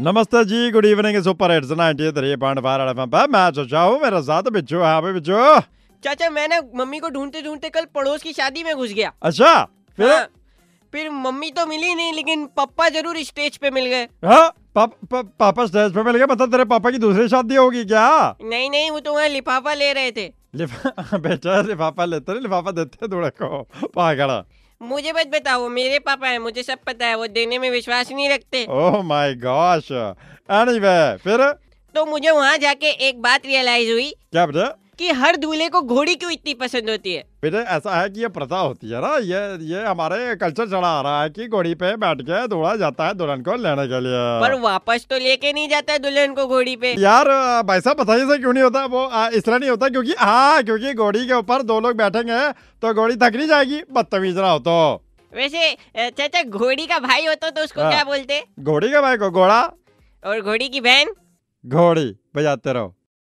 नमस्ते जी good evening super hits 98 three point five F मैं चचा हूँ मेरे साथ बिच्छू हाँ भाई बिच्छू चाचा मैं ना मम्मी को ढूंढते ढूंढते कल पड़ोस की शादी में घुस गया अच्छा फिर हाँ, फिर मम्मी तो मिली नहीं लेकिन पापा जरूर स्टेज पे मिल गए हाँ पाप, पा, पापा स्टेज पे मिल गए मतलब तेरे पापा की दूसरी शादी होगी क्या नहीं नहीं वो तो वहाँ लिफाफा ले रहे थे लिफा बेटा लिफाफा लेते नहीं लिफाफा देते हैं दूल्हे को पागल मुझे बस बताओ मेरे पापा है मुझे सब पता है वो देने में विश्वास नहीं रखते ओह माय गॉश एनीवे फिर तो मुझे वहाँ जाके एक बात रियलाइज हुई क्या बेटा कि हर दूल्हे को घोड़ी क्यों इतनी पसंद होती है बेटे ऐसा है कि ये प्रथा होती है ना ये ये हमारे कल्चर चला आ रहा है कि घोड़ी पे बैठ के दौड़ा जाता है दुल्हन को लेने के लिए पर वापस तो लेके नहीं जाता है दुल्हन को घोड़ी पे यार आ, भाई साहब बताइए से क्यों नहीं होता वो आ, इसलिए नहीं होता क्योंकि हाँ क्योंकि घोड़ी के ऊपर दो लोग बैठेंगे तो घोड़ी थक नहीं जाएगी बदतमीज ना हो तो वैसे अ, चाचा घोड़ी का भाई होता तो उसको हाँ। क्या बोलते घोड़ी के भाई को घोड़ा और घोड़ी की बहन घोड़ी बजाते रहो